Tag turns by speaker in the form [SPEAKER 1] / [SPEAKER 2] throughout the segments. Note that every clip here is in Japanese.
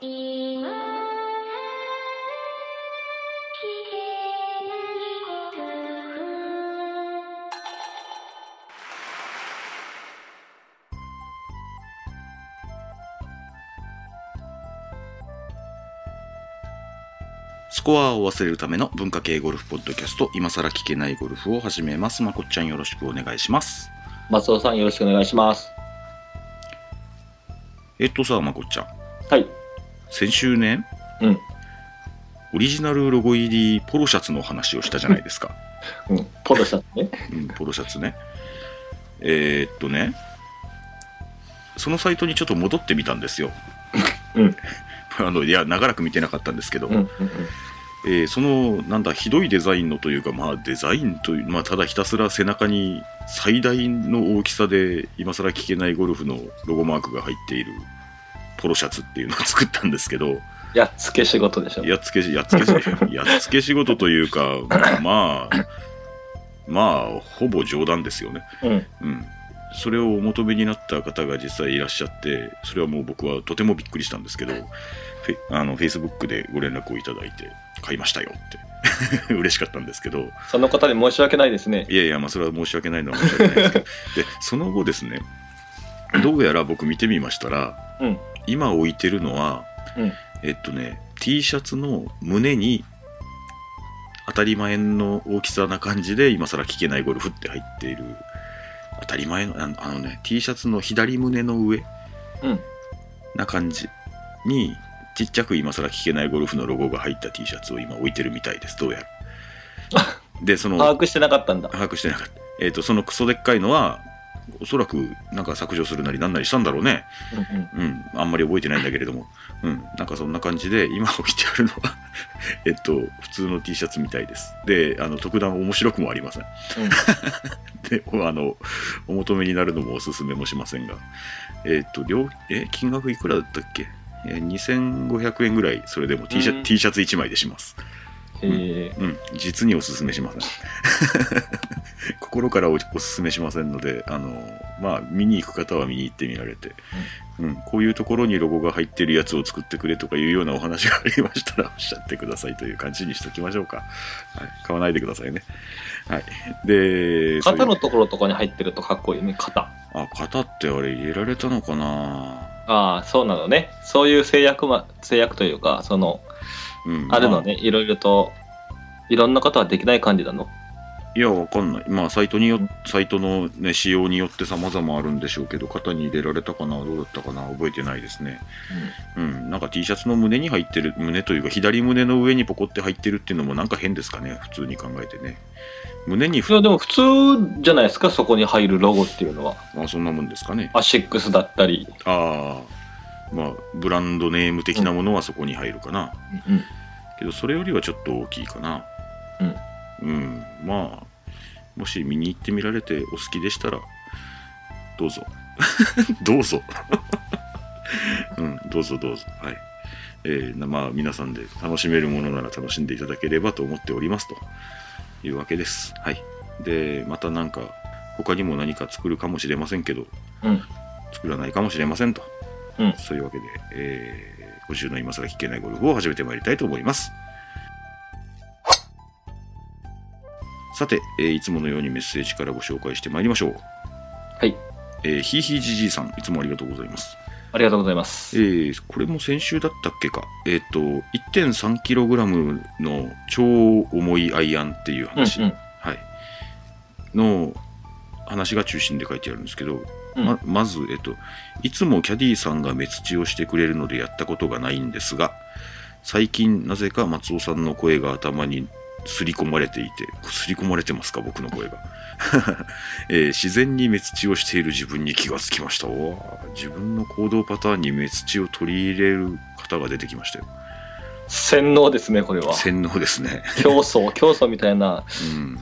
[SPEAKER 1] 今から聞けないこと
[SPEAKER 2] スコアを忘れるための文化系ゴルフポッドキャスト、今更聞けないゴルフを始めます。まこっちゃんよろしくお願いします。
[SPEAKER 3] 松尾さんよろしくお願いします。
[SPEAKER 2] えっとさ、まこっちゃん、
[SPEAKER 3] はい。
[SPEAKER 2] 先週ね、
[SPEAKER 3] うん。
[SPEAKER 2] オリジナルロゴ入りポロシャツの話をしたじゃないです か。
[SPEAKER 3] うん。ポロシャツね。
[SPEAKER 2] うん、ポロシャツね。えーっとね、そのサイトにちょっと戻ってみたんですよ。
[SPEAKER 3] うん。
[SPEAKER 2] あの、いや、長らく見てなかったんですけど、
[SPEAKER 3] うん。うん。
[SPEAKER 2] えーそのなんだひどいデザインのというかまあデザインというまあただひたすら背中に最大の大きさで今更聞けないゴルフのロゴマークが入っているポロシャツっていうのを作ったんですけど
[SPEAKER 3] やっつけ仕事でしょ。
[SPEAKER 2] やっつけしやっつけし やっつけ仕事というかまあまあほぼ冗談ですよね
[SPEAKER 3] うん。
[SPEAKER 2] うんそれをお求めになった方が実際いらっしゃってそれはもう僕はとてもびっくりしたんですけどフェあの Facebook でご連絡をいただいて買いましたよって 嬉しかったんですけど
[SPEAKER 3] その方に申し訳ないですね。
[SPEAKER 2] いやいやまあそれは申し訳ないのは申 し訳ないですけどでその後ですねどうやら僕見てみましたら、
[SPEAKER 3] うん
[SPEAKER 2] 今置いてるのは、
[SPEAKER 3] うん
[SPEAKER 2] えっとね T シャツの胸に当たり前の大きさな感じで今更聞けないゴルフって入っている当たり前のあのあのね T シャツの左胸の上
[SPEAKER 3] うん
[SPEAKER 2] な感じにちっちゃく今更聞けないゴルフのロゴが入った T シャツを今置いてるみたいですど うやらでその
[SPEAKER 3] 把握してなかったんだ。
[SPEAKER 2] 把握してなかった。えっ、と、そのクソでっかいのは、おそらくなんか削除するなりなんなりしたんだろうね。
[SPEAKER 3] うんうん。
[SPEAKER 2] うん。あんまり覚えてないんだけれども。うん。なんかそんな感じで、今置いてあるのは、 えっと、普通の T シャツみたいです。で、あの、特段面白くもありません。 で、あの、お求めになるのもおすすめもしませんが。えっと、両、え、金額いくらだったっけえー2500円ぐらい、それでも T シャ,、
[SPEAKER 3] うん
[SPEAKER 2] T シャツ1枚でします。
[SPEAKER 3] え
[SPEAKER 2] うん、実におすすめしません。 心からおおすすめしませんので、あの、まあ、見に行く方は見に行ってみられて、うん、こういうところにロゴが入ってるやつを作ってくれとかいうようなお話がありましたら、おっしゃってくださいという感じにしときましょうか。はい、買わないでくださいね。はい。で、
[SPEAKER 3] ー、肩
[SPEAKER 2] そうい
[SPEAKER 3] のところとかに入ってるとかっこいいね。肩。
[SPEAKER 2] うあ、型ってあれ入れられたのかな
[SPEAKER 3] ああ、そうなのね。そういう制約ま、制約というか、その、
[SPEAKER 2] うん。
[SPEAKER 3] あるのね、いろいろと、いろんな方はできない感じなの。
[SPEAKER 2] いや、わかんない。まあ、サイトによ、サイトのね、仕様によって様々あるんでしょうけど、型に入れられたかな、どうだったかな、覚えてないですね。うん、なんか T シャツの胸に入ってる、胸というか、左胸の上にポコって入ってるっていうのもなんか変ですかね、普通に考えてね。胸に
[SPEAKER 3] い
[SPEAKER 2] ふ、
[SPEAKER 3] や、でも普通じゃないですか、そこに入るロゴっていうのは。
[SPEAKER 2] あ、そんなもんですかね。
[SPEAKER 3] アシックスだったり。
[SPEAKER 2] ああ、まあ、ブランドネーム的なものはそこに入るかな。
[SPEAKER 3] うんうん。
[SPEAKER 2] けど、それよりはちょっと大きいかな。うん。まあ、もし見に行ってみられてお好きでしたら、どうぞ。 どうぞ。 うん、どうぞどうぞ。はい。えーなまあ、皆さんで楽しめるものなら楽しんでいただければと思っておりますというわけです。はい。で、またなんか、他にも何か作るかもしれませんけど、
[SPEAKER 3] うん
[SPEAKER 2] 作らないかもしれませんと。
[SPEAKER 3] うん
[SPEAKER 2] そういうわけで、えー今週の今更聞けないゴルフを始めてまいりたいと思います。さて、えーいつものようにメッセージからご紹介してまいりましょう。
[SPEAKER 3] はい。
[SPEAKER 2] えーひいひいじじいさん、いつもありがとうございます。
[SPEAKER 3] ありがとうございます。
[SPEAKER 2] えーこれも先週だったっけか、えっと 1.3kg の超重いアイアンっていう話、
[SPEAKER 3] うんうん
[SPEAKER 2] はい、の話が中心で書いてあるんですけど、
[SPEAKER 3] うん
[SPEAKER 2] ままず、えっと、いつもキャディーさんが目つちをしてくれるのでやったことがないんですが最近なぜか松尾さんの声が頭にすり込まれていてすり込まれてますか僕の声が、 えー自然に目つちをしている自分に気がつきましたおー自分の行動パターンに目つちを取り入れる方が出てきましたよ
[SPEAKER 3] 洗脳ですね、これは。
[SPEAKER 2] 洗脳ですね、
[SPEAKER 3] 競争、競争みたいな
[SPEAKER 2] うん、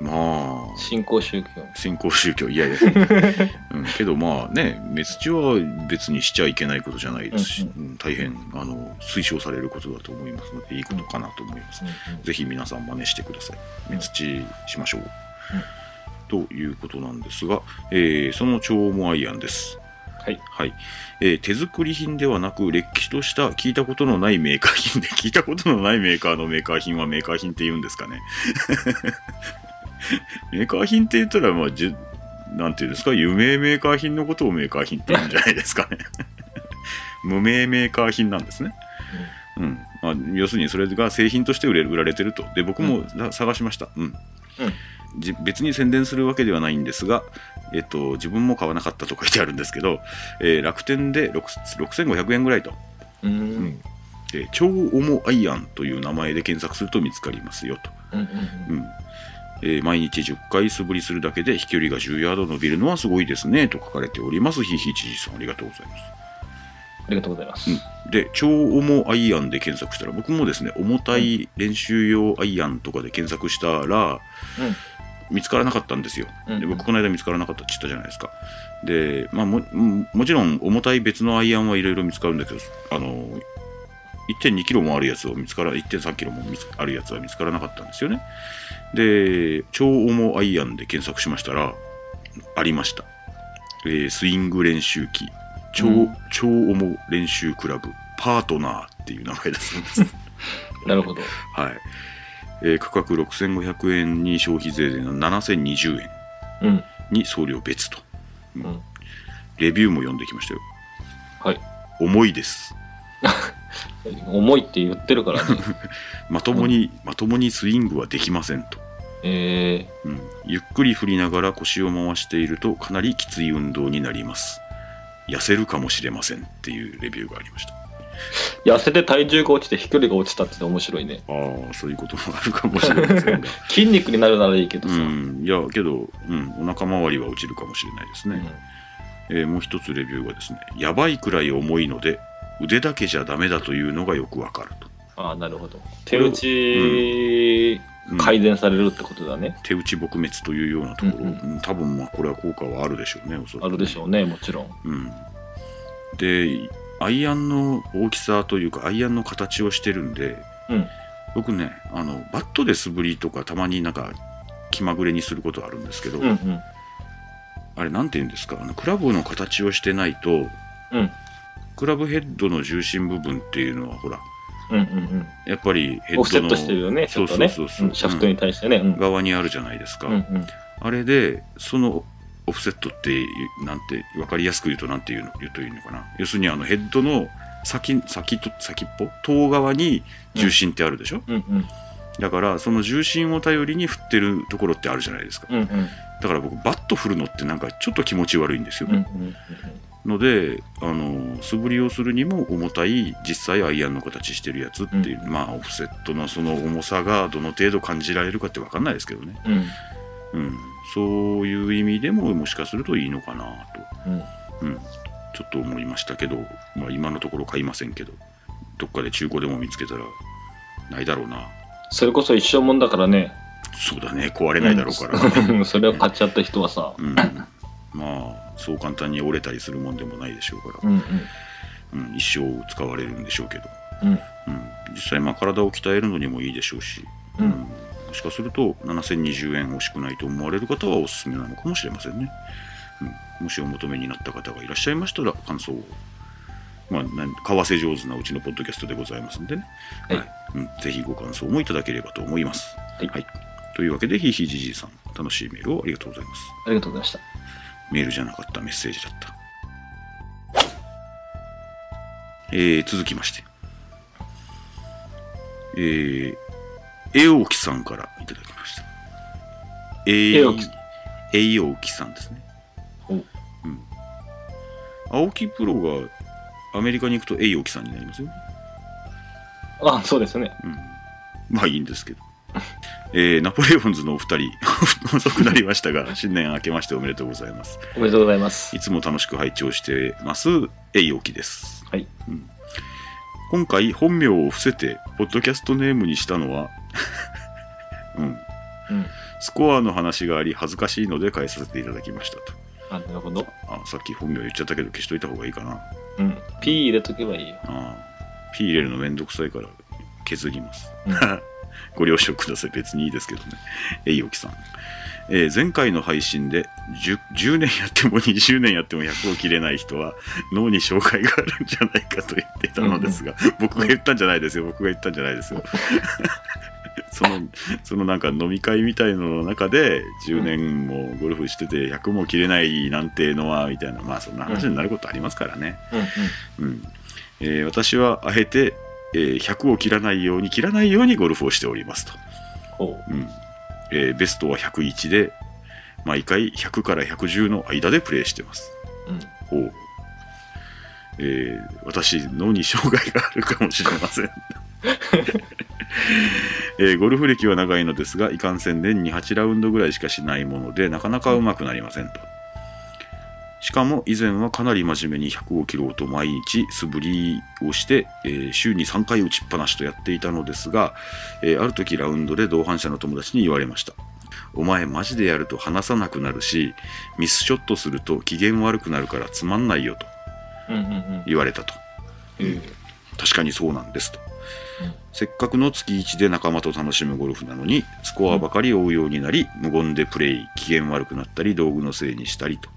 [SPEAKER 2] まあ
[SPEAKER 3] 新興宗教。
[SPEAKER 2] 新興宗教いやいや、 うん、けどまあね目つちは別にしちゃいけないことじゃないですし、
[SPEAKER 3] う
[SPEAKER 2] うん大変あの推奨されることだと思いますのでいいことかなと思います、ぜひ皆さん真似してください目つちしましょう、ということなんですが、えーその超モアイアンです
[SPEAKER 3] はい。
[SPEAKER 2] はいえー手作り品ではなく、れっきとした聞いたことのないメーカー品で、聞いたことのないメーカーのメーカー品はメーカー品って言うんですかね。 メーカー品って言ったら、まあ、じゅなんていうんですか、有名メーカー品のことをメーカー品って言うんじゃないですかね。 無名メーカー品なんですね。うんまあ、要するにそれが製品として売れ売られてるとで僕もさ探しました、うんじ別に宣伝するわけではないんですが、えっと、自分も買わなかったと書いてあるんですけど、えー楽天で6 6500円ぐらいと、
[SPEAKER 3] うん。うん。
[SPEAKER 2] えー超重アイアンという名前で検索すると見つかりますよと、
[SPEAKER 3] うん。
[SPEAKER 2] うんえー毎日10回素振りするだけで飛距離が10ヤード伸びるのはすごいですねと書かれておりますひいひいちじいさんありがとうございます
[SPEAKER 3] ありがとうございます。
[SPEAKER 2] で超重アイアンで検索したら僕もですね重たい練習用アイアンとかで検索したら、見つからなかったんですよ
[SPEAKER 3] うん。
[SPEAKER 2] で僕この間見つからなかったって言ったじゃないですかで、まあ、もももちろん重たい別のアイアンはいろいろ見つかるんだけどあの1 2キロもあるやつを見つから1 3キロも見つあるやつは見つからなかったんですよねで超重アイアンで検索しましたらありました、えースイング練習機超,、
[SPEAKER 3] うん
[SPEAKER 2] 超重練習クラブパートナーっていう名前だそうです
[SPEAKER 3] なるほど。
[SPEAKER 2] はい。えー価格6500円に消費税で7020円
[SPEAKER 3] うん。
[SPEAKER 2] に送料別と。うん
[SPEAKER 3] うん
[SPEAKER 2] レビューも読んできましたよ。
[SPEAKER 3] はい。
[SPEAKER 2] 重いです。
[SPEAKER 3] 重いって言ってるか らね。
[SPEAKER 2] まともに、まともにスイングはできませんと。
[SPEAKER 3] え
[SPEAKER 2] うん、ゆっくり振りながら腰を回しているとかなりきつい運動になります。痩せるかもしれませんっていうレビューがありました。
[SPEAKER 3] ー、痩せて体重が落ちて飛距離が落ちたって面白いね。
[SPEAKER 2] ああ、そういうこともあるかもしれませんが。
[SPEAKER 3] 筋肉になるならいいけ ど
[SPEAKER 2] う
[SPEAKER 3] さ。
[SPEAKER 2] ん、いや、けど、うん、お腹周りは落ちるかもしれないですね。
[SPEAKER 3] うん
[SPEAKER 2] えーもう一つレビューがですね、やばいくらい重いので、腕だけじゃダメだというのがよくわかると。
[SPEAKER 3] ああ、なるほど。手打ち、
[SPEAKER 2] うん
[SPEAKER 3] 改善されるってことだね。
[SPEAKER 2] 手打ち撲滅というようなところ、
[SPEAKER 3] うん
[SPEAKER 2] うん多分まあこれは効果はあるでしょうね、おそら
[SPEAKER 3] あ
[SPEAKER 2] く。
[SPEAKER 3] るでしょうね、もちろん。
[SPEAKER 2] うん。で、アイアンの大きさというか、アイアンの形をしてるんで、
[SPEAKER 3] うん
[SPEAKER 2] 僕ねあの、バットで素振りとか、たまになんか気まぐれにすることあるんですけど、
[SPEAKER 3] うんうん。
[SPEAKER 2] あれ、なんていうんですか、あのクラブの形をしてないと、
[SPEAKER 3] うん
[SPEAKER 2] クラブヘッドの重心部分っていうのは、ほら、
[SPEAKER 3] うんうん
[SPEAKER 2] やっぱり
[SPEAKER 3] う
[SPEAKER 2] ヘ
[SPEAKER 3] ん。オフセ
[SPEAKER 2] ッド
[SPEAKER 3] ッ
[SPEAKER 2] の
[SPEAKER 3] トしてるよね、ちょっとね。
[SPEAKER 2] そうそうそうそうん
[SPEAKER 3] シャフトに対してね。うん。
[SPEAKER 2] 側にあるじゃないですか、
[SPEAKER 3] うんうん。
[SPEAKER 2] あれでそのオフセットってなんて分かりやすく言うとなんて言うの言うといいのかな要するにあのヘッドの先先と先っぽ遠側に重心ってあるでしょ、
[SPEAKER 3] うんうん。
[SPEAKER 2] だからその重心を頼りに振ってるところってあるじゃないですか
[SPEAKER 3] うんうん。
[SPEAKER 2] だから僕バット振るのってなんかちょっと気持ち悪いんですよ、
[SPEAKER 3] うんうん
[SPEAKER 2] のであの素振りをするにも重たい実際アイアンの形してるやつっていう、
[SPEAKER 3] うん
[SPEAKER 2] まあオフセットのその重さがどの程度感じられるかって分かんないですけどね、
[SPEAKER 3] うんうん。
[SPEAKER 2] うん、そういう意味でももしかするといいのかな
[SPEAKER 3] うん
[SPEAKER 2] と、うん、ちょっと思いましたけど、まあ、今のところ買いませんけどどっかで中古でも見つけたらないだろうな
[SPEAKER 3] それこそ一生もんだからね。
[SPEAKER 2] そうだね壊れないだろうから、
[SPEAKER 3] うん それを買っちゃった人はさ。
[SPEAKER 2] うんまあそう簡単に折れたりするもんでもないでしょうか
[SPEAKER 3] うんうん。
[SPEAKER 2] ら、うん、一生使われるんでしょうけど
[SPEAKER 3] うん
[SPEAKER 2] うん、実際まあ体を鍛えるのにもいいでしょうし、
[SPEAKER 3] うん
[SPEAKER 2] もしかすると7020円惜しくないと思われる方はおすすめなのかもしれませんね、うん、もしお求めになった方がいらっしゃいましたら感想を、まあ、なん為替上手なうちのポッドキャストでございますんでね、
[SPEAKER 3] はい
[SPEAKER 2] うん、ぜひご感想もいただければと思います、
[SPEAKER 3] はい
[SPEAKER 2] というわけでひいひいじじいさん楽しいメールをありがとうございます
[SPEAKER 3] ありがとうございました。
[SPEAKER 2] メールじゃなかったメッセージだった、えー、続きましてえー、えおきさんからいただきましたえー、
[SPEAKER 3] えおき
[SPEAKER 2] えおきさんですね
[SPEAKER 3] お
[SPEAKER 2] うん青木プロがアメリカに行くとえいおきさんになりますよね
[SPEAKER 3] あ、そうですね。
[SPEAKER 2] うんまあいいんですけど。えーナポレオンズのお二人、 遅くなりましたが、新年明けましておめでとうございます。
[SPEAKER 3] おめでとうございます
[SPEAKER 2] い。つも楽しく拝聴してます、えいおきです。
[SPEAKER 3] はい
[SPEAKER 2] うん今回、本名を伏せて、ポッドキャストネームにしたのは、 うん、
[SPEAKER 3] うん。
[SPEAKER 2] スコアの話があり、恥ずかしいので返させていただきましたと。
[SPEAKER 3] あ、なるほど。
[SPEAKER 2] あ、さっき本名言っちゃったけど、消しといた方がいいかな。
[SPEAKER 3] うん。P 入れとけばいいよ。
[SPEAKER 2] あー P 入れるのめんどくさいから、削ります。
[SPEAKER 3] うん
[SPEAKER 2] ご了承ください。別にいいですけどね。えいおきさん。えー前回の配信で 10, 10年やっても20年やっても100を切れない人は脳に障害があるんじゃないかと言ってたのですが、僕が言ったんじゃないですよ僕が言ったんじゃないですよ そのそのなんか飲み会みたいのの中で10年もゴルフしてて100も切れないなんてのはみたいなまあそんな話になることありますからね、
[SPEAKER 3] うんうん
[SPEAKER 2] うんえー私はあえて、えー100を切らないように切らないようにゴルフをしておりますと、
[SPEAKER 3] ほう
[SPEAKER 2] うんえーベストは101で毎回100から110の間でプレイしてます
[SPEAKER 3] うん
[SPEAKER 2] おうえー私脳に障害があるかもしれません、えーゴルフ歴は長いのですがいかんせん年に8ラウンドぐらいしかしないものでなかなかうまくなりませんとしかも以前はかなり真面目に100を切ろうと毎日素振りをして、えー週に3回打ちっぱなしとやっていたのですが、えーある時ラウンドで同伴者の友達に言われましたお前マジでやると話さなくなるしミスショットすると機嫌悪くなるからつまんないよと
[SPEAKER 3] うんうん
[SPEAKER 2] 言われたと
[SPEAKER 3] うんうん
[SPEAKER 2] 確かにそうなんですと、
[SPEAKER 3] うん
[SPEAKER 2] せっかくの月1で仲間と楽しむゴルフなのにスコアばかり追うようになり、無言でプレイ機嫌悪くなったり道具のせいにしたりと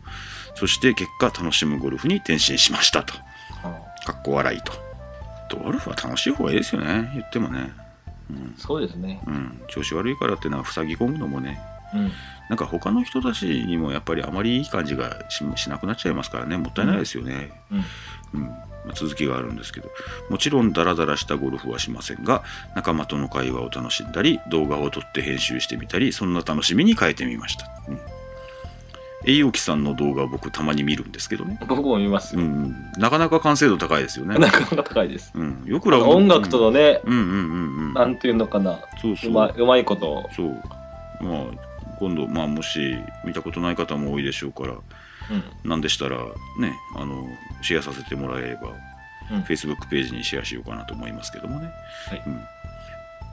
[SPEAKER 2] そして結果楽しむゴルフに転身しましたと
[SPEAKER 3] あ
[SPEAKER 2] かっこ笑いとゴルフは楽しい方がいいですよね言ってもねうん
[SPEAKER 3] ーそうですね
[SPEAKER 2] うん、調子悪いからってのは塞ぎ込むのもね
[SPEAKER 3] うん
[SPEAKER 2] なんか他の人たちにもやっぱりあまりいい感じがししなくなっちゃいますからねもったいないですよね、
[SPEAKER 3] うん
[SPEAKER 2] うんまあ続きがあるんですけどもちろんダラダラしたゴルフはしませんが仲間との会話を楽しんだり動画を撮って編集してみたりそんな楽しみに変えてみました、うん、栄養さんの動画を僕たまに見るんですけどね、
[SPEAKER 3] 僕も見ます
[SPEAKER 2] う
[SPEAKER 3] よ、
[SPEAKER 2] ん、なかなか完成度高いですよね
[SPEAKER 3] な、かなか高いです
[SPEAKER 2] うん、よくラウンド
[SPEAKER 3] 音楽とのね、
[SPEAKER 2] うんうんうんうん
[SPEAKER 3] なんていうのかな
[SPEAKER 2] そうそう
[SPEAKER 3] うまいうまいこと
[SPEAKER 2] そうまあ今度、まあ、もし見たことない方も多いでしょうから
[SPEAKER 3] うん
[SPEAKER 2] なんでしたらねあのシェアさせてもらえれば、
[SPEAKER 3] うん
[SPEAKER 2] Facebook ページにシェアしようかなと思いますけどもね、
[SPEAKER 3] はい
[SPEAKER 2] うん、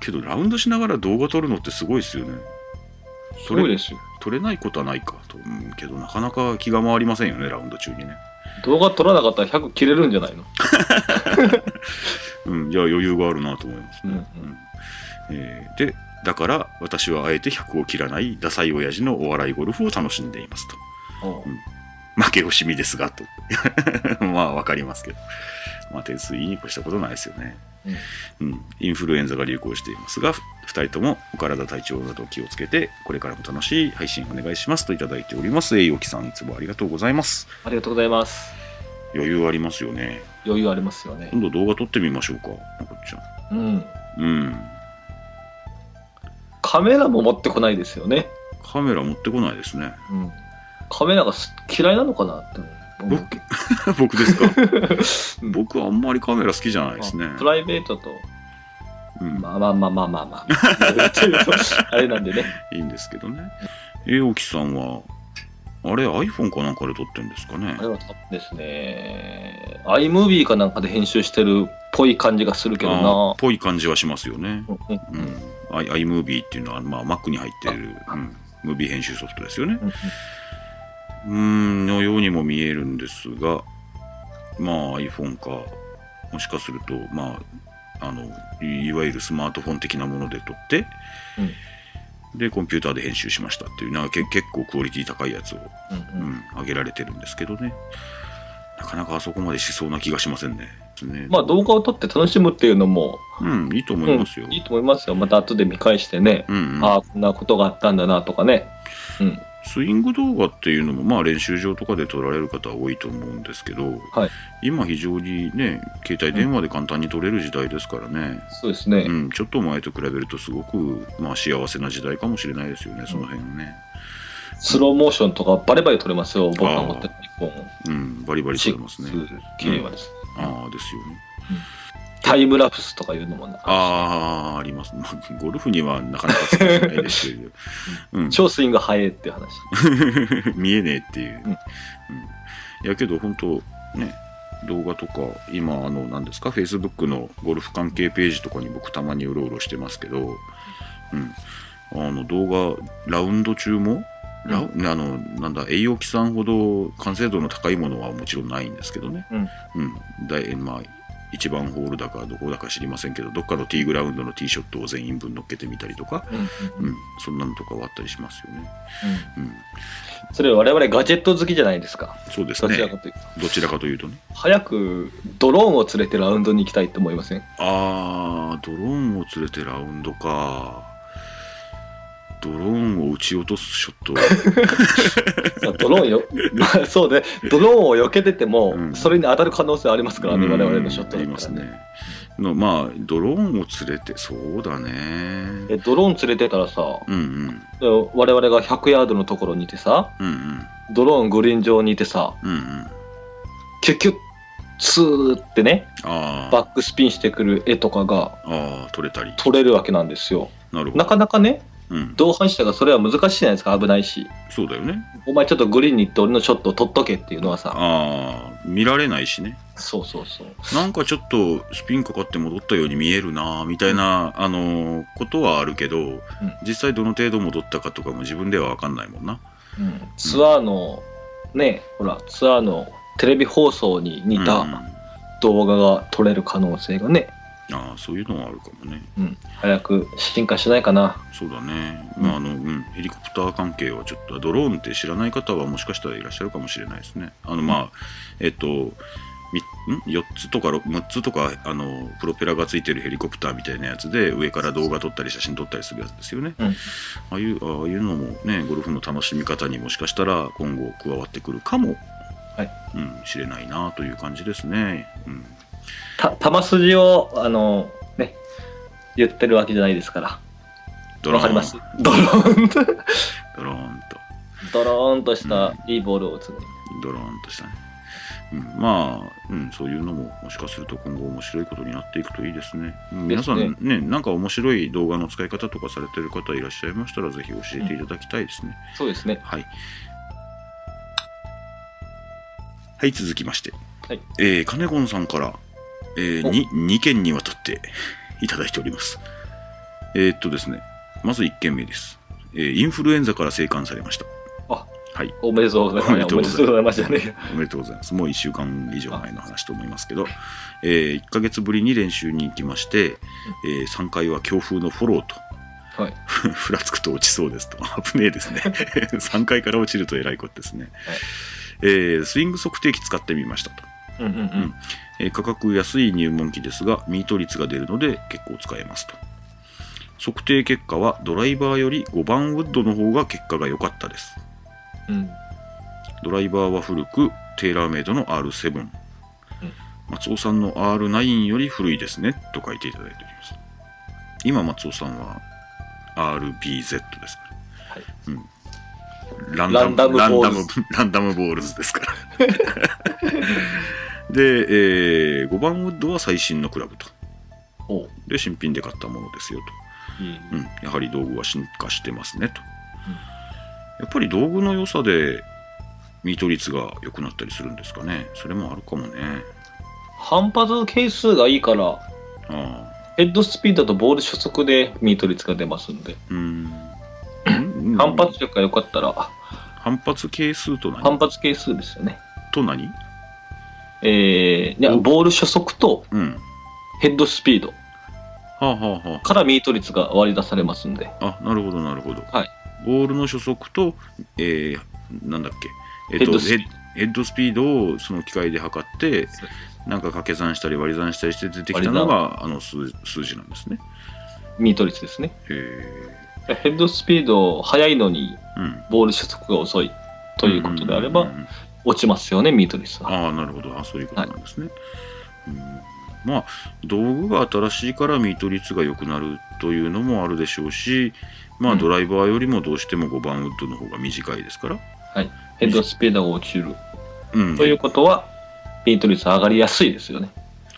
[SPEAKER 2] けどラウンドしながら動画撮るのってすごいですよね
[SPEAKER 3] す
[SPEAKER 2] それ
[SPEAKER 3] ごいですよ
[SPEAKER 2] 撮れないことはないかと、うん、けどなかなか気が回りませんよねラウンド中にね
[SPEAKER 3] 動画撮らなかったら100切れるんじゃないの
[SPEAKER 2] うんいや余裕があるなと思いますね、
[SPEAKER 3] うんうん
[SPEAKER 2] えーでだから私はあえて100を切らないダサい親父のお笑いゴルフを楽しんでいますと
[SPEAKER 3] おう
[SPEAKER 2] 負け惜しみですがと まあわかりますけど、まあ、点数いいに越したことないですよね、うん、インフルエンザが流行していますが2人ともお体体調など気をつけてこれからも楽しい配信お願いしますといただいております栄養きさんいつもありがとうございます
[SPEAKER 3] ありがとうございます
[SPEAKER 2] 余裕ありますよね
[SPEAKER 3] 余裕ありますよね
[SPEAKER 2] 今度動画撮ってみましょうかまこっちゃ
[SPEAKER 3] うん
[SPEAKER 2] んうん
[SPEAKER 3] カメラも持ってこないですよね、
[SPEAKER 2] カメラ持ってこないですね
[SPEAKER 3] うん、カメラがす嫌いなのかなって思うけど
[SPEAKER 2] 僕ですか
[SPEAKER 3] うん
[SPEAKER 2] 僕あんまりカメラ好きじゃないですね
[SPEAKER 3] まあプライベートと、
[SPEAKER 2] うん
[SPEAKER 3] まあまあまあまあまあまあ、っていうとあれなんでね。
[SPEAKER 2] いいんですけどね。えおきさんは、あれ iPhone かなんかで撮ってるんですかね
[SPEAKER 3] あ。れは多分ですね、iMovie かなんかで編集してるっぽい感じがするけ
[SPEAKER 2] あー
[SPEAKER 3] ど
[SPEAKER 2] ぽい感じはしますよね。
[SPEAKER 3] な。うん
[SPEAKER 2] うん。i- iMovie っていうのは、まあ、Mac に入ってる、うん、ムービー編集ソフトですよね。
[SPEAKER 3] うん
[SPEAKER 2] うーん、のようにも見えるんですが、まあ iPhone か、もしかすると、まあ、あの、いいわゆるスマートフォン的なもので撮って、で、コンピューターで編集しましたっていう、なんかけ結構クオリティ高いやつを
[SPEAKER 3] うんうん
[SPEAKER 2] うん、上げられてるんですけどね。なかなかあそこまでしそうな気がしませんね。ね
[SPEAKER 3] まあ動画を撮って楽しむっていうのも、
[SPEAKER 2] うん、いいと思いますよ。
[SPEAKER 3] うんいいと思いますよ。また後で見返してね、
[SPEAKER 2] うん、うん
[SPEAKER 3] ああ、こんなことがあったんだなとかね。うん。
[SPEAKER 2] スイング動画っていうのも、まあ練習場とかで撮られる方は多いと思うんですけど、
[SPEAKER 3] はい
[SPEAKER 2] 今非常にね、携帯電話で簡単に撮れる時代ですからね、
[SPEAKER 3] そうですね。
[SPEAKER 2] うん、ちょっと前と比べるとすごく、まあ、幸せな時代かもしれないですよね、その辺はね。
[SPEAKER 3] スローモーションとかバリバリ撮れますよ。僕が持ってる1本。
[SPEAKER 2] うん、バリバリ撮れますね。
[SPEAKER 3] 綺麗はですね。
[SPEAKER 2] ああ、ですよね。
[SPEAKER 3] タイムラプスとかいうのもな
[SPEAKER 2] ああ、あります。 まあ、ゴルフにはなかなか使えないです けど、うん、
[SPEAKER 3] 超スイング早いっていう話。
[SPEAKER 2] 見えねえっていう、
[SPEAKER 3] うん
[SPEAKER 2] うんやけど本当ね動画とか今あの何ですか Facebook のゴルフ関係ページとかに僕たまにうろうろしてますけど、うん、あの動画ラウンド中もラウあのなんだ栄養機さんほど完成度の高いものはもちろんないんですけどね、
[SPEAKER 3] うん
[SPEAKER 2] うんだいまあ1番ホールだかどこだか知りませんけど、どっかのティーグラウンドのティーショットを全員分乗っけてみたりとか、
[SPEAKER 3] うんうん
[SPEAKER 2] う
[SPEAKER 3] うん
[SPEAKER 2] ん、そんなのとかはあったりしますよね。うん、
[SPEAKER 3] それ我々ガジェット好きじゃないですか。
[SPEAKER 2] そうです
[SPEAKER 3] どちら
[SPEAKER 2] ね
[SPEAKER 3] か。というと。
[SPEAKER 2] どちらかというとね。
[SPEAKER 3] 早くドローンを連れてラウンドに行きたいって思いません
[SPEAKER 2] あー、ドローンを連れてラウンドか。ドローンを撃ち落とすショット。
[SPEAKER 3] まあ ドローンよ、まあ、 そうね、ドローンを避けてても、
[SPEAKER 2] うん
[SPEAKER 3] それに当たる可能性ありますからね、我々のショット
[SPEAKER 2] あり
[SPEAKER 3] だっ
[SPEAKER 2] ま
[SPEAKER 3] た
[SPEAKER 2] す
[SPEAKER 3] らね。
[SPEAKER 2] ね。のまあ、ドローンを連れて、そうだね。
[SPEAKER 3] えドローン連れてたらさ、
[SPEAKER 2] うんうん。
[SPEAKER 3] 我々が100ヤードのところにいてさ、
[SPEAKER 2] うんうん。
[SPEAKER 3] ドローングリーン上にいてさ、
[SPEAKER 2] うんうん。
[SPEAKER 3] キュッキュッ、ツーってね、
[SPEAKER 2] あー
[SPEAKER 3] バックスピンしてくる絵とかが
[SPEAKER 2] あー、取れたり。
[SPEAKER 3] 撮れるわけなんですよ。
[SPEAKER 2] なるほ
[SPEAKER 3] な
[SPEAKER 2] ど。
[SPEAKER 3] かなかね、
[SPEAKER 2] うん、
[SPEAKER 3] 同伴者がそれは難しいじゃないですか、危ないし。
[SPEAKER 2] そうだよね。
[SPEAKER 3] お前ちょっとグリーンに行って俺のショットを撮っとけっていうのはさ、
[SPEAKER 2] ああ、見られないしね。
[SPEAKER 3] そうそうそう。
[SPEAKER 2] なんかちょっとスピンかかって戻ったように見えるなあみたいな、あのーことはあるけど、実際どの程度戻ったかとかも自分では分かんないもんな。
[SPEAKER 3] うんツアーの、ね、ほら、ツアーのテレビ放送に似
[SPEAKER 2] うん
[SPEAKER 3] た
[SPEAKER 2] あ
[SPEAKER 3] 動画が撮れる可能性がね、
[SPEAKER 2] あ、そういうのはあるかもね。
[SPEAKER 3] 早く進化しないかな。
[SPEAKER 2] そうだね。
[SPEAKER 3] うん
[SPEAKER 2] まあ、あの、うん、ヘリコプター関係はちょっと、ドローンって知らない方はもしかしたらいらっしゃるかもしれないですね。あの、まあ、えっと、みん ?4 つとかろ6つとか、あの、プロペラがついてるヘリコプターみたいなやつで、上から動画撮ったり写真撮ったりするやつですよね。
[SPEAKER 3] うん
[SPEAKER 2] ああいう、ああいうのもね、ゴルフの楽しみ方にもしかしたら今後加わってくるかも、
[SPEAKER 3] はい
[SPEAKER 2] うん、知れないなという感じですね。うん。
[SPEAKER 3] た、球筋を、あの、ね、言ってるわけじゃないですから。
[SPEAKER 2] ドロ
[SPEAKER 3] わ
[SPEAKER 2] ーン。
[SPEAKER 3] かりますドローンと、
[SPEAKER 2] ドローンと。
[SPEAKER 3] ドローンとしたいいボールを打つね。
[SPEAKER 2] ドローンとしたね。うん、まあ、うん、そういうのももしかすると今後面白いことになっていくといいですね。うん
[SPEAKER 3] で
[SPEAKER 2] 皆
[SPEAKER 3] す
[SPEAKER 2] さ
[SPEAKER 3] ね
[SPEAKER 2] んね、なんか面白い動画の使い方とかされてる方いらっしゃいましたら、ぜひ教えていただきたいですね。
[SPEAKER 3] そうですね。
[SPEAKER 2] はい。はい、続きまして。
[SPEAKER 3] はい
[SPEAKER 2] えー、金子さんから、えー、
[SPEAKER 3] お
[SPEAKER 2] に2件にわたっていただいております。えー、っとですね、まず1件目です。えー、インフルエンザから生還されました。
[SPEAKER 3] おめでとうござい
[SPEAKER 2] おめで
[SPEAKER 3] ます。おめで
[SPEAKER 2] と
[SPEAKER 3] と
[SPEAKER 2] うご
[SPEAKER 3] うご
[SPEAKER 2] ざ
[SPEAKER 3] ざ
[SPEAKER 2] い
[SPEAKER 3] い
[SPEAKER 2] ま
[SPEAKER 3] ますすじゃね
[SPEAKER 2] おめでとうございます。もう1週間以上前の話と思いますけど、え1ヶ月ぶりに練習に行きまして、え3回は強風のフォローと、
[SPEAKER 3] はい
[SPEAKER 2] ふらつくと落ちそうですと、危ねえですね。3回から落ちるとえらいことですね。えースイング測定器使ってみましたと、
[SPEAKER 3] え。うんうんうん。
[SPEAKER 2] えー価格安い入門機ですが、ミート率が出るので結構使えますと。測定結果はドライバーより5番ウッドの方が結果が良かったです。
[SPEAKER 3] うん。
[SPEAKER 2] ドライバーは古く、テーラーメイドの R7。松尾さんの R9 より古いですね、と書いていただいております。今、松尾さんは RBZ ですから。うんランダム
[SPEAKER 3] ランダムボールズ
[SPEAKER 2] ランダムランダムボールズですから。で、え5番ウッドは最新のクラブと。
[SPEAKER 3] おう
[SPEAKER 2] で、新品で買ったものですよと。
[SPEAKER 3] いい。
[SPEAKER 2] うん、やはり道具は進化してますねと、やっぱり道具の良さでミート率が良くなったりするんですかねそれもあるかもね
[SPEAKER 3] 反発係数がいいから、
[SPEAKER 2] ああ
[SPEAKER 3] ヘッドスピードとボール初速でミート率が出ますんで、
[SPEAKER 2] うーんうん
[SPEAKER 3] 反発力が良かったら、
[SPEAKER 2] 反発係数と
[SPEAKER 3] 反
[SPEAKER 2] 何
[SPEAKER 3] 発係数ですよね。
[SPEAKER 2] と何
[SPEAKER 3] えー、いや
[SPEAKER 2] お
[SPEAKER 3] ボール初速と
[SPEAKER 2] うんは
[SPEAKER 3] ヘッドスピード
[SPEAKER 2] あはあは
[SPEAKER 3] からミート率が割り出されますんで、
[SPEAKER 2] ああなるほどなるほど、
[SPEAKER 3] はい
[SPEAKER 2] ボールの初速とえー、なんだっけえっ
[SPEAKER 3] ヘッ
[SPEAKER 2] と
[SPEAKER 3] ドスピ
[SPEAKER 2] ヘ
[SPEAKER 3] ー
[SPEAKER 2] ッヘッドスピードをその機械で測ってなんか掛け算したり割り算したりして出てきたのがあの数数字なんですね
[SPEAKER 3] ミート率ですね。
[SPEAKER 2] へえ
[SPEAKER 3] ヘッドスピード速いのに
[SPEAKER 2] うん
[SPEAKER 3] ボール初速が遅いということであれば、
[SPEAKER 2] うんうんうん
[SPEAKER 3] 落ちますよね、ミート率は。
[SPEAKER 2] ああなるほどあそういうことなんですね、うんまあ道具が新しいからミート率が良くなるというのもあるでしょうしまあ
[SPEAKER 3] うん
[SPEAKER 2] ドライバーよりもどうしても5番ウッドの方が短いですから、
[SPEAKER 3] ヘッドスピードが落ちる。
[SPEAKER 2] うん
[SPEAKER 3] ということは、ミート率上がりやすいですよね。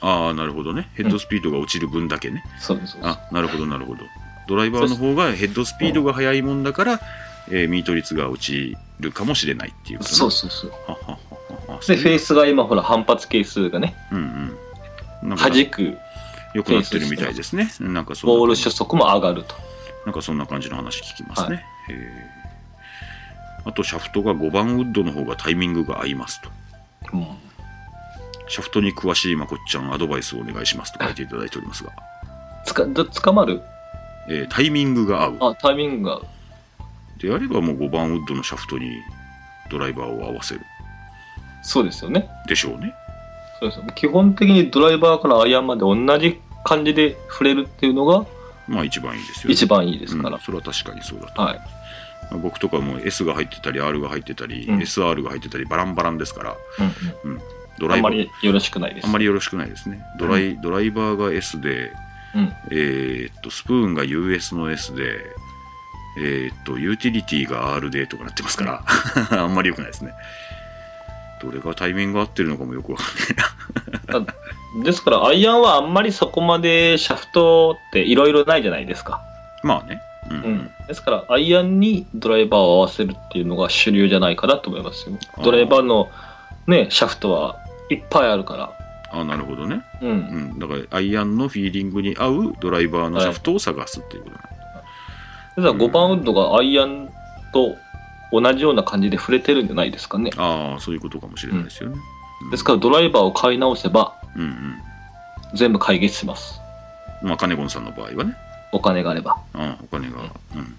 [SPEAKER 2] ああなるほどねヘッドスピードが落ちる分だけね、
[SPEAKER 3] そうです。そうです
[SPEAKER 2] あなるほどなるほどドライバーの方がヘッドスピードが速いもんだから、えーミート率が落ちるかもしれないっていうことね
[SPEAKER 3] そうそうそう。
[SPEAKER 2] ははははは
[SPEAKER 3] で、フェイスが今、ほら、反発係数がね、
[SPEAKER 2] うんうんなんか
[SPEAKER 3] 弾く、
[SPEAKER 2] 良くなってるみたいですねなんかそう
[SPEAKER 3] ボール初速も上がると。
[SPEAKER 2] なんかそんな感じの話聞きますね。へーあと、シャフトが5番ウッドの方がタイミングが合いますと。
[SPEAKER 3] うん
[SPEAKER 2] シャフトに詳しいまこっちゃんアドバイスをお願いしますと書いていただいておりますが、
[SPEAKER 3] つか、ど捕まる
[SPEAKER 2] えータイミングが合う。
[SPEAKER 3] あ、タイミングが。
[SPEAKER 2] であればもう5番ウッドのシャフトにドライバーを合わせる
[SPEAKER 3] そうですよね。
[SPEAKER 2] でしょうね。
[SPEAKER 3] そうですよ基本的にドライバーからアイアンまで同じ感じで触れるっていうのが
[SPEAKER 2] まあ一番いいですよね。
[SPEAKER 3] 一番いいですか
[SPEAKER 2] う
[SPEAKER 3] ら
[SPEAKER 2] ん。それは確かにそうだと。
[SPEAKER 3] はい。
[SPEAKER 2] まあ僕とかも S が入ってたり R が入ってたり、
[SPEAKER 3] うん
[SPEAKER 2] SR が入ってたりバランバランですから
[SPEAKER 3] うん
[SPEAKER 2] ド
[SPEAKER 3] うん、あ
[SPEAKER 2] ライ
[SPEAKER 3] ん
[SPEAKER 2] バ
[SPEAKER 3] ま
[SPEAKER 2] ー
[SPEAKER 3] りよろしくないです。
[SPEAKER 2] あんまりよろしくないですね。ドライ,、ドライバーが S で、
[SPEAKER 3] うん
[SPEAKER 2] えーっとスプーンが US の S で、えーっとユーティリティが R でとかなってますから あんまり良くないですね。どれがタイミング合ってるのかもよくわかんない。
[SPEAKER 3] ですから、アイアンはあんまりそこまでシャフトっていろいろないじゃないですか。
[SPEAKER 2] まあね。うん
[SPEAKER 3] うん、ですから、アイアンにドライバーを合わせるっていうのが主流じゃないかなと思いますよ
[SPEAKER 2] あ。ー
[SPEAKER 3] ドライバーの、ね、シャフトはいっぱいあるから。
[SPEAKER 2] あなるほどね。
[SPEAKER 3] う、
[SPEAKER 2] うんん、だからアイアンのフィーリングに合うドライバーのシャフトを探すっていうことな
[SPEAKER 3] ですから5番ウッドがアイアンと同じような感じで触れてるんじゃないですかね。
[SPEAKER 2] の、ああそういうことかもしれないですよね、うん
[SPEAKER 3] ですから、ドライバーを買い直せば
[SPEAKER 2] うんうん
[SPEAKER 3] 全部解決します。
[SPEAKER 2] まあカネゴンさんの場合はね、
[SPEAKER 3] お金があれば。
[SPEAKER 2] うん、お金が、うん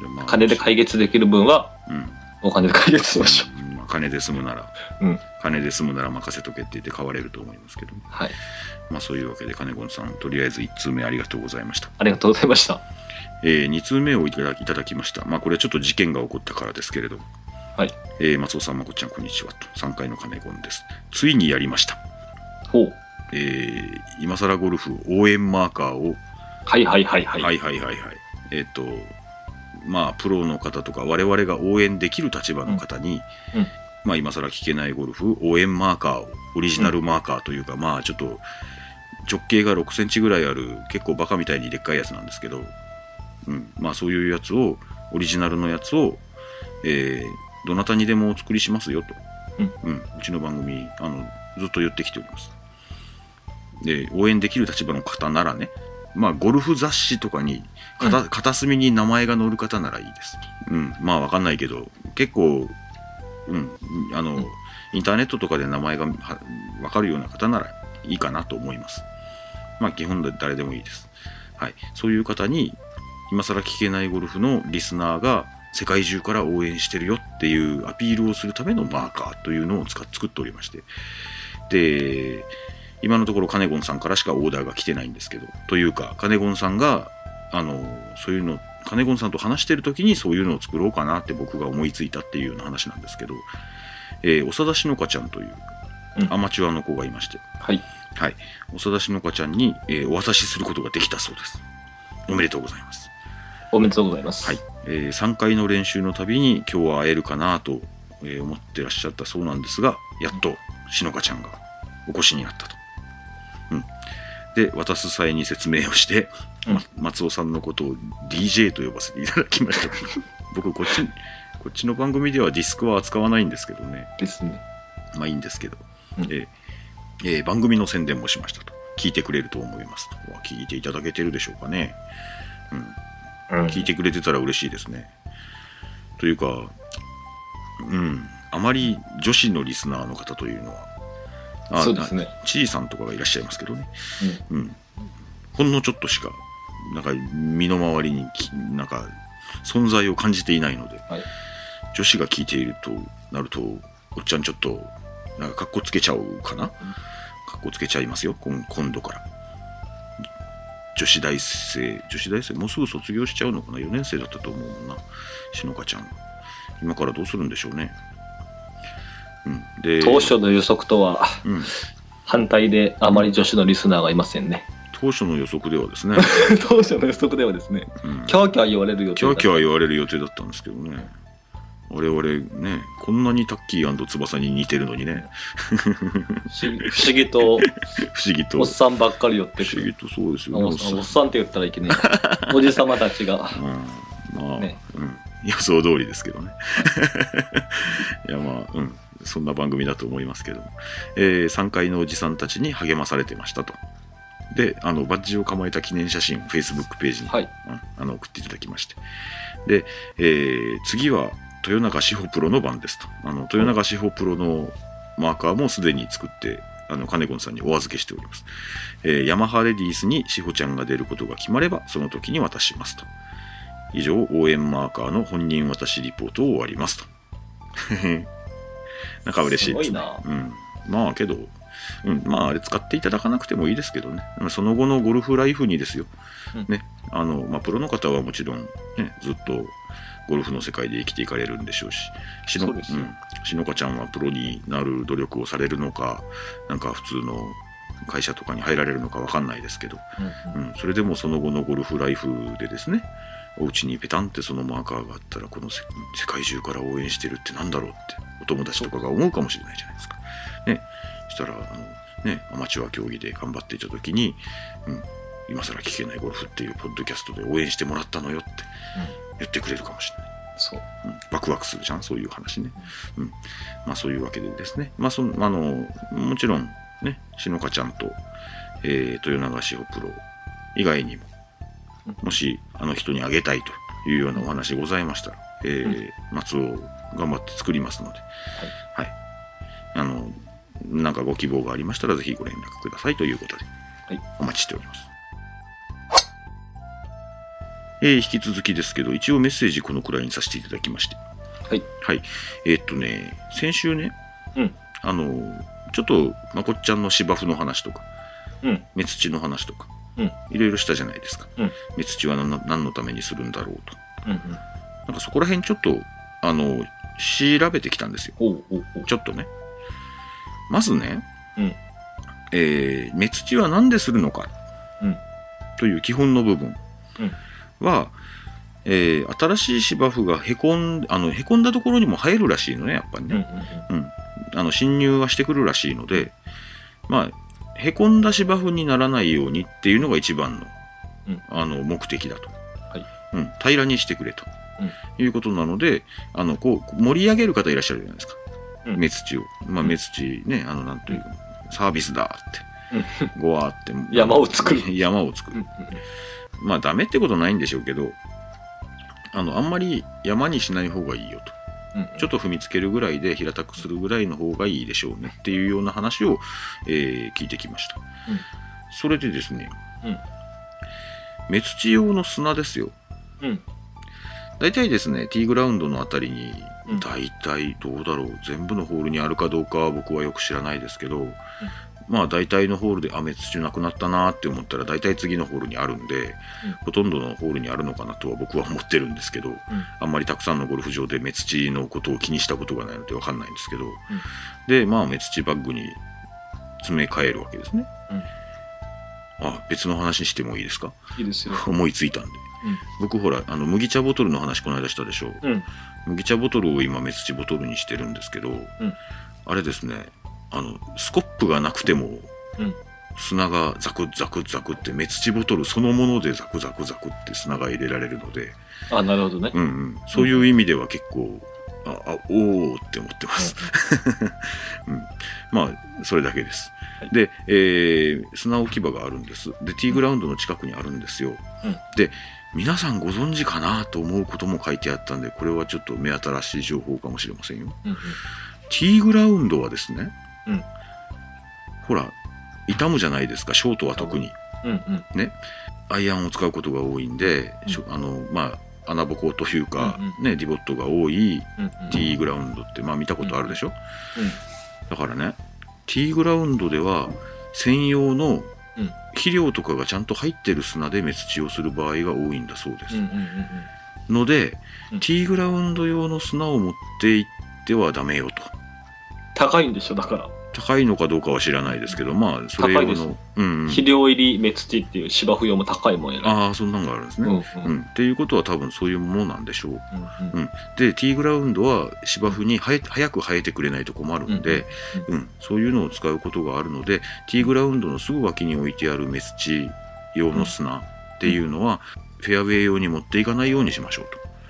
[SPEAKER 2] じゃあまあ
[SPEAKER 3] 金で解決できる分は
[SPEAKER 2] うん
[SPEAKER 3] お金で解決しましょう。
[SPEAKER 2] うんまあ、金で済むなら、
[SPEAKER 3] うん
[SPEAKER 2] 金で済むなら任せとけって言って買われると思いますけど、
[SPEAKER 3] はい。
[SPEAKER 2] まあ、そういうわけで金子さんとりあえず1通目ありがとうございました、
[SPEAKER 3] ありがとうございました。
[SPEAKER 2] え2通目をいただきいただきました、まあ、これはちょっと事件が起こったからですけれど、
[SPEAKER 3] はい
[SPEAKER 2] えー松尾さんまこっちゃんこんにちはと3回の金子ですついにやりました
[SPEAKER 3] ほう。
[SPEAKER 2] えー今更ゴルフ応援マーカーを、
[SPEAKER 3] はいはいはいはい。
[SPEAKER 2] はいはいはいはい、えっ、と、まあ、プロの方とか、我々が応援できる立場の方に、
[SPEAKER 3] うんうん
[SPEAKER 2] まあ、今更聞けないゴルフ、応援マーカーを、オリジナルマーカーというか、まあ、ちょっと、直径が6センチぐらいある、結構バカみたいにでっかいやつなんですけど、うん、まあ、そういうやつを、オリジナルのやつを、えーどなたにでもお作りしますよと、うんうちの番組あのずっと言ってきておりますで応援できる立場の方ならねまあゴルフ雑誌とかに片,、片隅に名前が載る方ならいいです、うん、まあわかんないけど結構うんあの、
[SPEAKER 3] うん
[SPEAKER 2] インターネットとかで名前がはわかるような方ならいいかなと思いますまあ基本で誰でもいいですはいそういう方に今更聞けないゴルフのリスナーが世界中から応援してるよっていうアピールをするためのマーカーというのを使っ作っておりましてで今のところカネゴンさんからしかオーダーが来てないんですけどというかカネゴンさんがあのそういうのカネゴンさんと話してる時にそういうのを作ろうかなって僕が思いついたっていうような話なんですけど、えー、長田しのかちゃんという
[SPEAKER 3] うん
[SPEAKER 2] アマチュアの子がいまして、
[SPEAKER 3] はい。
[SPEAKER 2] はい、長田しのかちゃんに、えーお渡しすることができたそうですおめでとうございます
[SPEAKER 3] おめでとうございます。
[SPEAKER 2] はいえ3回の練習のたびに今日は会えるかなと、えー思ってらっしゃったそうなんですがやっとしのかちゃんがお越しになったと。うん、で渡す際に説明をして、ま松尾さんのことを DJ と呼ばせていただきました 僕こっちこっちの番組ではディスクは扱わないんですけどね
[SPEAKER 3] ですね。
[SPEAKER 2] まあいいんですけど、
[SPEAKER 3] うん
[SPEAKER 2] えーえー番組の宣伝もしましたと聞いてくれると思いますとうわ聞いていただけてるでしょうかね、うん、聞いてくれてたら嬉しいですね。というか、うん、あまり女子のリスナーの方というのは、あ
[SPEAKER 3] そうですね。
[SPEAKER 2] なちいさんとかがいらっしゃいますけどね、うん、ほんのちょっとしか、なんか身の回りにき、なんか存在を感じていないので、
[SPEAKER 3] はい
[SPEAKER 2] 女子が聞いているとなると、おっちゃんちょっと、なんかかっこつけちゃうかな、かっこつけちゃいますよ、今今度から。女子大生、女子大生、もうすぐ卒業しちゃうのかな、4年生だったと思うもんな、しのかちゃん。今からどうするんでしょうね。うん、で、
[SPEAKER 3] 当初の予測とは
[SPEAKER 2] うん、
[SPEAKER 3] 反対であまり女子のリスナーがいませんね。
[SPEAKER 2] 当初の予測ではですね、
[SPEAKER 3] 当初の予測ではですね、
[SPEAKER 2] うん
[SPEAKER 3] キャーキャー言われる予定
[SPEAKER 2] キ
[SPEAKER 3] だ
[SPEAKER 2] ャ
[SPEAKER 3] っ
[SPEAKER 2] ー
[SPEAKER 3] た
[SPEAKER 2] キャー言われる予定だったんですけどね。我々ね、こんなにタッキー翼に似てるのに ね、
[SPEAKER 3] 不思議不思議と
[SPEAKER 2] 不思議と、
[SPEAKER 3] お
[SPEAKER 2] 不
[SPEAKER 3] っさんばっかり寄ってく
[SPEAKER 2] 思
[SPEAKER 3] る。
[SPEAKER 2] 議とそうですよね、
[SPEAKER 3] お
[SPEAKER 2] お
[SPEAKER 3] っ
[SPEAKER 2] っ
[SPEAKER 3] さ
[SPEAKER 2] さ
[SPEAKER 3] ん
[SPEAKER 2] ん
[SPEAKER 3] おっさんって言ったらいけない。 おじさまたちが。
[SPEAKER 2] うんまあ、
[SPEAKER 3] ね
[SPEAKER 2] うん、予想通りですけどね。 いや、まあ、うん、そんな番組だと思いますけども、え3階のおじさんたちに励まされてましたと。で、あの、バッジを構えた記念写真を Facebook ページに、
[SPEAKER 3] はい。
[SPEAKER 2] うんあの送っていただきまして。で、えー次は豊永志保プロの番ですと。あの豊永志保プロのマーカーもすでに作ってあの、金子さんにお預けしております。えーヤマハレディースにしほちゃんが出ることが決まれば、その時に渡しますと。以上、応援マーカーの本人渡しリポートを終わりますと。なんか嬉しいですす
[SPEAKER 3] ごい
[SPEAKER 2] ね。
[SPEAKER 3] な。
[SPEAKER 2] うん。まあけど、うん、まああれ使っていただかなくてもいいですけどね。その後のゴルフライフにですよ。
[SPEAKER 3] うん
[SPEAKER 2] ね。あの、まあプロの方はもちろん、ね、ずっとゴルフの世界で生きていかれるんでしょうし、しの、
[SPEAKER 3] そうですよ
[SPEAKER 2] ん、しのかちゃんはプロになる努力をされるのか、なんか普通の会社とかに入られるのかわかんないですけど、
[SPEAKER 3] うん
[SPEAKER 2] うん、それでもその後のゴルフライフでですね、お家にペタンってそのマーカーがあったら、このせ世界中から応援してるってなんだろうって、お友達とかが思うかもしれないじゃないですか。ね、したら、あのね、アマチュア競技で頑張っていた時に、うん、今更聞けないゴルフっていうポッドキャストで応援してもらったのよって言ってくれるかもしれない。
[SPEAKER 3] そう。
[SPEAKER 2] うんワクワクするじゃん、そういう話ね。うん。まあそういうわけでですね。まあその、あの、もちろんね、しのかちゃんと、えー、豊永志保プロ以外にも
[SPEAKER 3] うん、
[SPEAKER 2] もしあの人にあげたいというようなお話ございましたら、えー、松尾頑張って作りますので、はい。あの、なんかご希望がありましたら、ぜひご連絡くださいということで、
[SPEAKER 3] はい
[SPEAKER 2] お待ちしております。えー引き続きですけど、一応メッセージこのくらいにさせていただきまして。
[SPEAKER 3] はい。
[SPEAKER 2] はい。えーっとね、先週ね、
[SPEAKER 3] うん
[SPEAKER 2] あの、ちょっと、まこっちゃんの芝生の話とか、
[SPEAKER 3] うん
[SPEAKER 2] 目土の話とか、
[SPEAKER 3] うん
[SPEAKER 2] いろいろしたじゃないですか。
[SPEAKER 3] うん
[SPEAKER 2] 目土は何の何のためにするんだろうと。
[SPEAKER 3] うんうん。
[SPEAKER 2] なんかそこら辺ちょっと、あの、調べてきたんですよ。
[SPEAKER 3] おうおうおう。
[SPEAKER 2] ちょっとね。まずね、
[SPEAKER 3] うん
[SPEAKER 2] えー目土は何でするのか、
[SPEAKER 3] うん
[SPEAKER 2] という基本の部分
[SPEAKER 3] うん
[SPEAKER 2] は、えー新しい芝生がへこんあのへこんだところにも生えるらしいのね、やっぱり
[SPEAKER 3] うんうん
[SPEAKER 2] ね、あの侵入はしてくるらしいので、まあ、へこんだ芝生にならないようにっていうのが一番の,、
[SPEAKER 3] うん
[SPEAKER 2] あの目的だと、
[SPEAKER 3] い
[SPEAKER 2] うん、平らにしてくれと、いうことなのであのこう盛り上げる方いらっしゃるじゃないですか。
[SPEAKER 3] うん
[SPEAKER 2] 目土を、まあ、
[SPEAKER 3] うん
[SPEAKER 2] 目土ね、あのなんというか、サービスだって、ごわーって
[SPEAKER 3] 山を作る
[SPEAKER 2] 山を作
[SPEAKER 3] うん
[SPEAKER 2] る、
[SPEAKER 3] うん
[SPEAKER 2] まあダメってことないんでしょうけどあのあんまり山にしない方がいいよと
[SPEAKER 3] うん
[SPEAKER 2] ちょっと踏みつけるぐらいで平たくするぐらいの方がいいでしょうねっていうような話を、えー聞いてきました、
[SPEAKER 3] うん
[SPEAKER 2] それでですね、
[SPEAKER 3] うん
[SPEAKER 2] 目土用の砂ですよ
[SPEAKER 3] うん
[SPEAKER 2] 大体ですね、ティーグラウンドのあたりに、
[SPEAKER 3] うん
[SPEAKER 2] 大体どうだろう、全部のホールにあるかどうかは僕はよく知らないですけど、まあ大体のホールで、あ、目土なくなったなって思ったら、大体次のホールにあるんで、ほとんどのホールにあるのかなとは僕は思ってるんですけど、あんまりたくさんのゴルフ場で目土のことを気にしたことがないのでわかんないんですけど、で、まあ目土バッグに詰め替えるわけですね。
[SPEAKER 3] うん
[SPEAKER 2] あ、別の話してもいいですか
[SPEAKER 3] いいですよ。
[SPEAKER 2] 思いついたんで、
[SPEAKER 3] うん
[SPEAKER 2] 僕ほらあの麦茶ボトルの話この間したでしょ
[SPEAKER 3] うん。
[SPEAKER 2] 麦茶ボトルを今メスチボトルにしてるんですけど、あれですねあのスコップがなくても、
[SPEAKER 3] うん
[SPEAKER 2] 砂がザクザクザクってメスチボトルそのものでザクザクザクって砂が入れられるので、
[SPEAKER 3] あ、なるほどね。
[SPEAKER 2] うんうん、そういう意味では結構ああおーって思ってます、まあそれだけです、
[SPEAKER 3] はい
[SPEAKER 2] で、えー砂置き場があるんですでティーグラウンドの近くにあるんですよ、
[SPEAKER 3] うん
[SPEAKER 2] で皆さんご存知かなと思うことも書いてあったんでこれはちょっと目新しい情報かもしれませんよ
[SPEAKER 3] うんうん
[SPEAKER 2] ティーグラウンドはですね、
[SPEAKER 3] うん
[SPEAKER 2] ほら傷むじゃないですかショートは特に
[SPEAKER 3] うんうん
[SPEAKER 2] アイアンを使うことが多いんで、
[SPEAKER 3] うん
[SPEAKER 2] しょあのまあ穴ぼこというか、
[SPEAKER 3] うんう
[SPEAKER 2] ねディボットが多い
[SPEAKER 3] うんうん。
[SPEAKER 2] ティーグラウンドって、まあ見たことあるでしょ、
[SPEAKER 3] うん
[SPEAKER 2] だからね、ティーグラウンドでは専用の
[SPEAKER 3] うん
[SPEAKER 2] 肥料とかがちゃんと入ってる砂で目土をする場合が多いんだそうです。
[SPEAKER 3] うんうんうんうん。
[SPEAKER 2] ので、
[SPEAKER 3] うん
[SPEAKER 2] ティーグラウンド用の砂を持って行ってはダメよと。
[SPEAKER 3] 高いんでしょ、だから。
[SPEAKER 2] 高いのかどうかは知らないですけど、まあ、それ用
[SPEAKER 3] 高いです
[SPEAKER 2] の。うんうん、
[SPEAKER 3] 肥料入り目土っていう芝生用も高いもんやな。
[SPEAKER 2] ああ、そんなんがあるんです
[SPEAKER 3] うんう
[SPEAKER 2] ね。
[SPEAKER 3] ん
[SPEAKER 2] うんっていうことは多分そういうものなんでしょう。
[SPEAKER 3] うん
[SPEAKER 2] うんで、ティーグラウンドは芝生に生え早く生えてくれないと困るんで、うんそういうのを使うことがあるので、ティーグラウンドのすぐ脇に置いてあるメスチ用の砂っていうのは、フェアウェイ用に持っていかないようにしましょ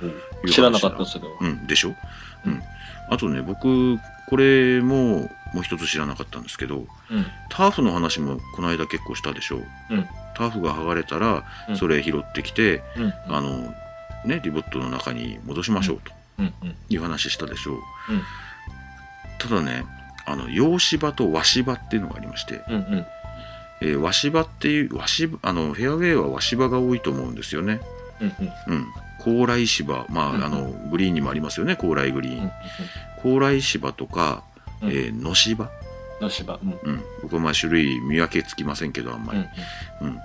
[SPEAKER 2] う
[SPEAKER 3] うん知らなかった、
[SPEAKER 2] う
[SPEAKER 3] それは。
[SPEAKER 2] と。うん、でしょ、う
[SPEAKER 3] うん
[SPEAKER 2] ん、あとね、僕、これももう一つ知らなかったんですけど、
[SPEAKER 3] うん
[SPEAKER 2] ターフの話もこの間結構したでしょう。
[SPEAKER 3] うん
[SPEAKER 2] ターフが剥がれたら
[SPEAKER 3] う、ん
[SPEAKER 2] それ拾ってきて、
[SPEAKER 3] うん
[SPEAKER 2] あの、ね、リボットの中に戻しましょうと。
[SPEAKER 3] うんうん
[SPEAKER 2] いう話したでしょう、
[SPEAKER 3] うん
[SPEAKER 2] ただねあの洋芝と和芝っていうのがありまして、
[SPEAKER 3] うんうん。
[SPEAKER 2] えー和芝っていう和芝あのフェアウェイは和芝が多いと思うんですよね。
[SPEAKER 3] うんうん。
[SPEAKER 2] うん、高麗芝、まあ
[SPEAKER 3] うん
[SPEAKER 2] あのグリーンにもありますよね高麗グリーン、
[SPEAKER 3] うんうん
[SPEAKER 2] 高麗芝とか、
[SPEAKER 3] うん
[SPEAKER 2] えー野芝、
[SPEAKER 3] の芝。うん。
[SPEAKER 2] うん、僕はまあ種類見分けつきませんけどあんま
[SPEAKER 3] うんう
[SPEAKER 2] り、
[SPEAKER 3] ん。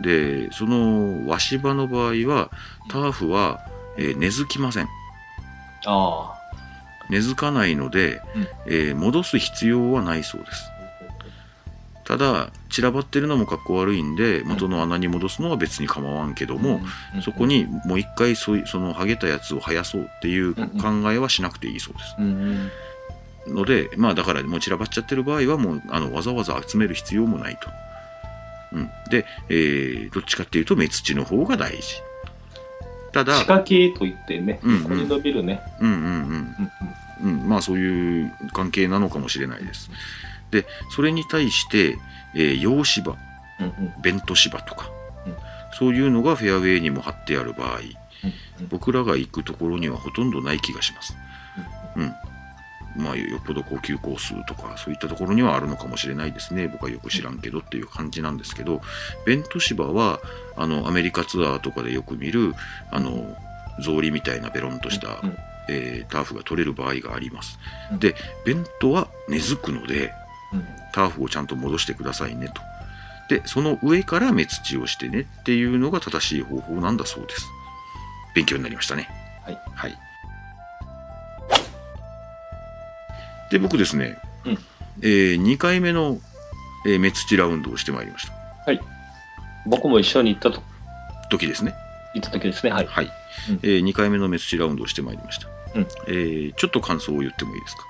[SPEAKER 2] でその和芝の場合はターフは、えー根付きません
[SPEAKER 3] あ
[SPEAKER 2] 根付かないので、
[SPEAKER 3] うん
[SPEAKER 2] えー戻す必要はないそうです
[SPEAKER 3] あ。
[SPEAKER 2] ただ散らばってるのもかっこ悪いんで元の穴に戻すのは別に構わんけども、
[SPEAKER 3] うん
[SPEAKER 2] そこ。にもう一回そういそのハゲたやつを生やそうっていう考えはしなくていいそうです。
[SPEAKER 3] うんうん。
[SPEAKER 2] のでまあだからもう散らばっちゃってる場合はもうあのわざわざ集める必要もないと。うん、で、えーどっちかっていうと目土の方が大事。ただ
[SPEAKER 3] 仕、掛けと言ってね、
[SPEAKER 2] うんうん
[SPEAKER 3] ここに伸びるね。
[SPEAKER 2] うんうん
[SPEAKER 3] うん
[SPEAKER 2] うん、うん、まあそういう関係なのかもしれないです。で、それに対して、えー洋芝、
[SPEAKER 3] うん。うんうん。
[SPEAKER 2] ベント芝とか
[SPEAKER 3] うん、
[SPEAKER 2] そういうのがフェアウェイにも貼ってある場合、
[SPEAKER 3] うん
[SPEAKER 2] 僕らが行くところにはほとんどない気がします。まあ、よっぽど高級コースとか、そういったところにはあるのかもしれないですね。僕はよく知らんけどっていう感じなんですけど、ベント芝は、あの、アメリカツアーとかでよく見る、あの、草履みたいなベロンとした、
[SPEAKER 3] うん
[SPEAKER 2] えーターフが取れる場合があります
[SPEAKER 3] う。ん
[SPEAKER 2] で、ベントは根付くので、
[SPEAKER 3] うん
[SPEAKER 2] ターフをちゃんと戻してくださいねと。で、その上から目土をしてねっていうのが正しい方法なんだそうです。勉強になりましたね。
[SPEAKER 3] はい。
[SPEAKER 2] はい。で、僕ですね、
[SPEAKER 3] うん
[SPEAKER 2] え2回目の、えー目土ラウンドをしてまいりました。
[SPEAKER 3] 僕も一緒に行ったと、
[SPEAKER 2] 時ですね。
[SPEAKER 3] 行った時ですね。はい。
[SPEAKER 2] はい。
[SPEAKER 3] うん
[SPEAKER 2] え2回目の目土ラウンドをしてまいりました。
[SPEAKER 3] うん
[SPEAKER 2] えーちょっと感想を言ってもいいですか。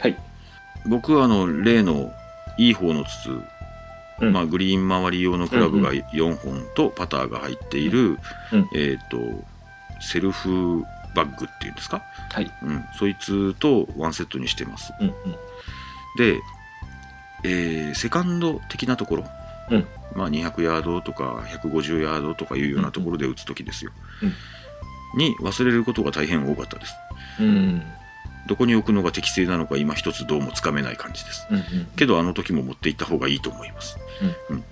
[SPEAKER 3] はい。
[SPEAKER 2] 僕はあの、例のいい方の筒、
[SPEAKER 3] うん
[SPEAKER 2] まあ、グリーン周り用のクラブが4本とパターが入っている、
[SPEAKER 3] うん
[SPEAKER 2] えっ、とセルフバッグっていうんですか、
[SPEAKER 3] はい。
[SPEAKER 2] うん、そいつとワンセットにしてます
[SPEAKER 3] うんうん。
[SPEAKER 2] で、えーセカンド的なところ、
[SPEAKER 3] うん
[SPEAKER 2] まあ、200ヤードとか150ヤードとかいうようなところで打つ時ですよ、
[SPEAKER 3] うん
[SPEAKER 2] に忘れることが大変多かったです
[SPEAKER 3] うん
[SPEAKER 2] どこに置くのが適正なのか今一つどうもつかめない感じです
[SPEAKER 3] うんうん。
[SPEAKER 2] けどあの時も持っていった方がいいと思います、うん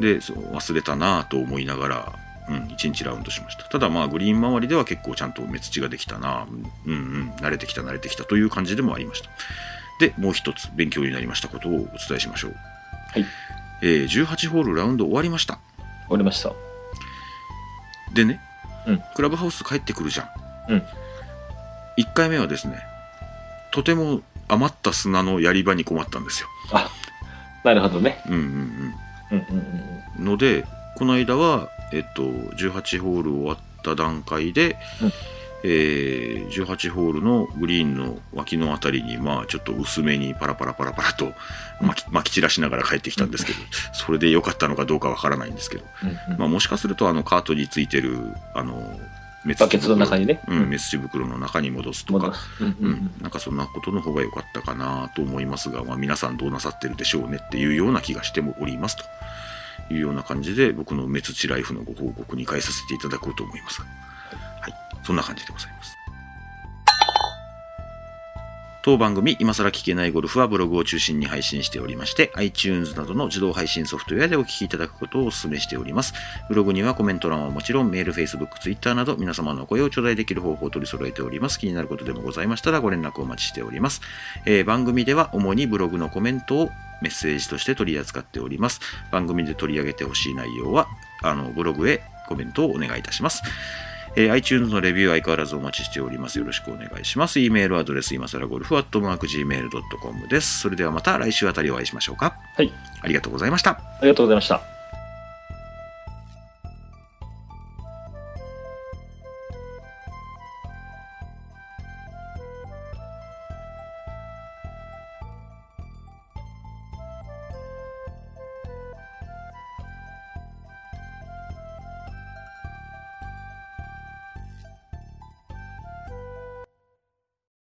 [SPEAKER 2] でそう忘れたなぁと思いながら、うん、1日ラウンドしましたただまあグリーン周りでは結構ちゃんと目土ができたなぁうんうん慣れてきた慣れてきたという感じでもありましたでもう一つ勉強になりましたことをお伝えしましょう
[SPEAKER 3] はい、
[SPEAKER 2] えー18ホールラウンド終わりました
[SPEAKER 3] 終わりました。
[SPEAKER 2] でね、
[SPEAKER 3] うん
[SPEAKER 2] クラブハウス帰ってくるじゃん、
[SPEAKER 3] うん
[SPEAKER 2] 1回目はですねとても余った砂のやり場に困ったんですよ、
[SPEAKER 3] なるほどね。
[SPEAKER 2] うんうんうん、
[SPEAKER 3] うんうんうん
[SPEAKER 2] のでこの間は、えっと、18ホール終わった段階で、
[SPEAKER 3] うん
[SPEAKER 2] えー18ホールのグリーンの脇のあたりに、まあ、ちょっと薄めにパラパラパラパラとまきまき散らしながら帰ってきたんですけ ど、それで良かったのかどうかわからないんですけど、
[SPEAKER 3] うんうん。
[SPEAKER 2] まあ、もしかするとあのカートについてるあのメ
[SPEAKER 3] バケツの中にね。
[SPEAKER 2] うん、メスチ袋の中に戻すと
[SPEAKER 3] 戻
[SPEAKER 2] か、
[SPEAKER 3] す。うん
[SPEAKER 2] う
[SPEAKER 3] うん
[SPEAKER 2] ん、なんかそんなことの方が良かったかなと思いますが、まあ、皆さんどうなさってるでしょうねっていうような気がしておりますというような感じで僕の目土ライフのご報告に変えさせていただこうと思いますはいそんな感じでございます当番組、今更聞けないゴルフはブログを中心に配信しておりまして、iTunes などの自動配信ソフトウェアでお聞きいただくことをお勧めしております。ブログにはコメント欄はもちろん、メール、Facebook、Twitter など皆様のお声を頂戴できる方法を取り揃えております。気になることでもございましたらご連絡お待ちしております。えー番組では主にブログのコメントをメッセージとして取り扱っております。番組で取り上げてほしい内容は、あの、ブログへコメントをお願いいたします。えー iTunes のレビュー相変わらずお待ちしております。よろしくお願いします。e メールアドレス、今更ゴルフ、アットマーク、gmail.com です。それではまた来週あたりお会いしましょうか。
[SPEAKER 3] はい。
[SPEAKER 2] ありがとうございました。
[SPEAKER 3] ありがとうございました。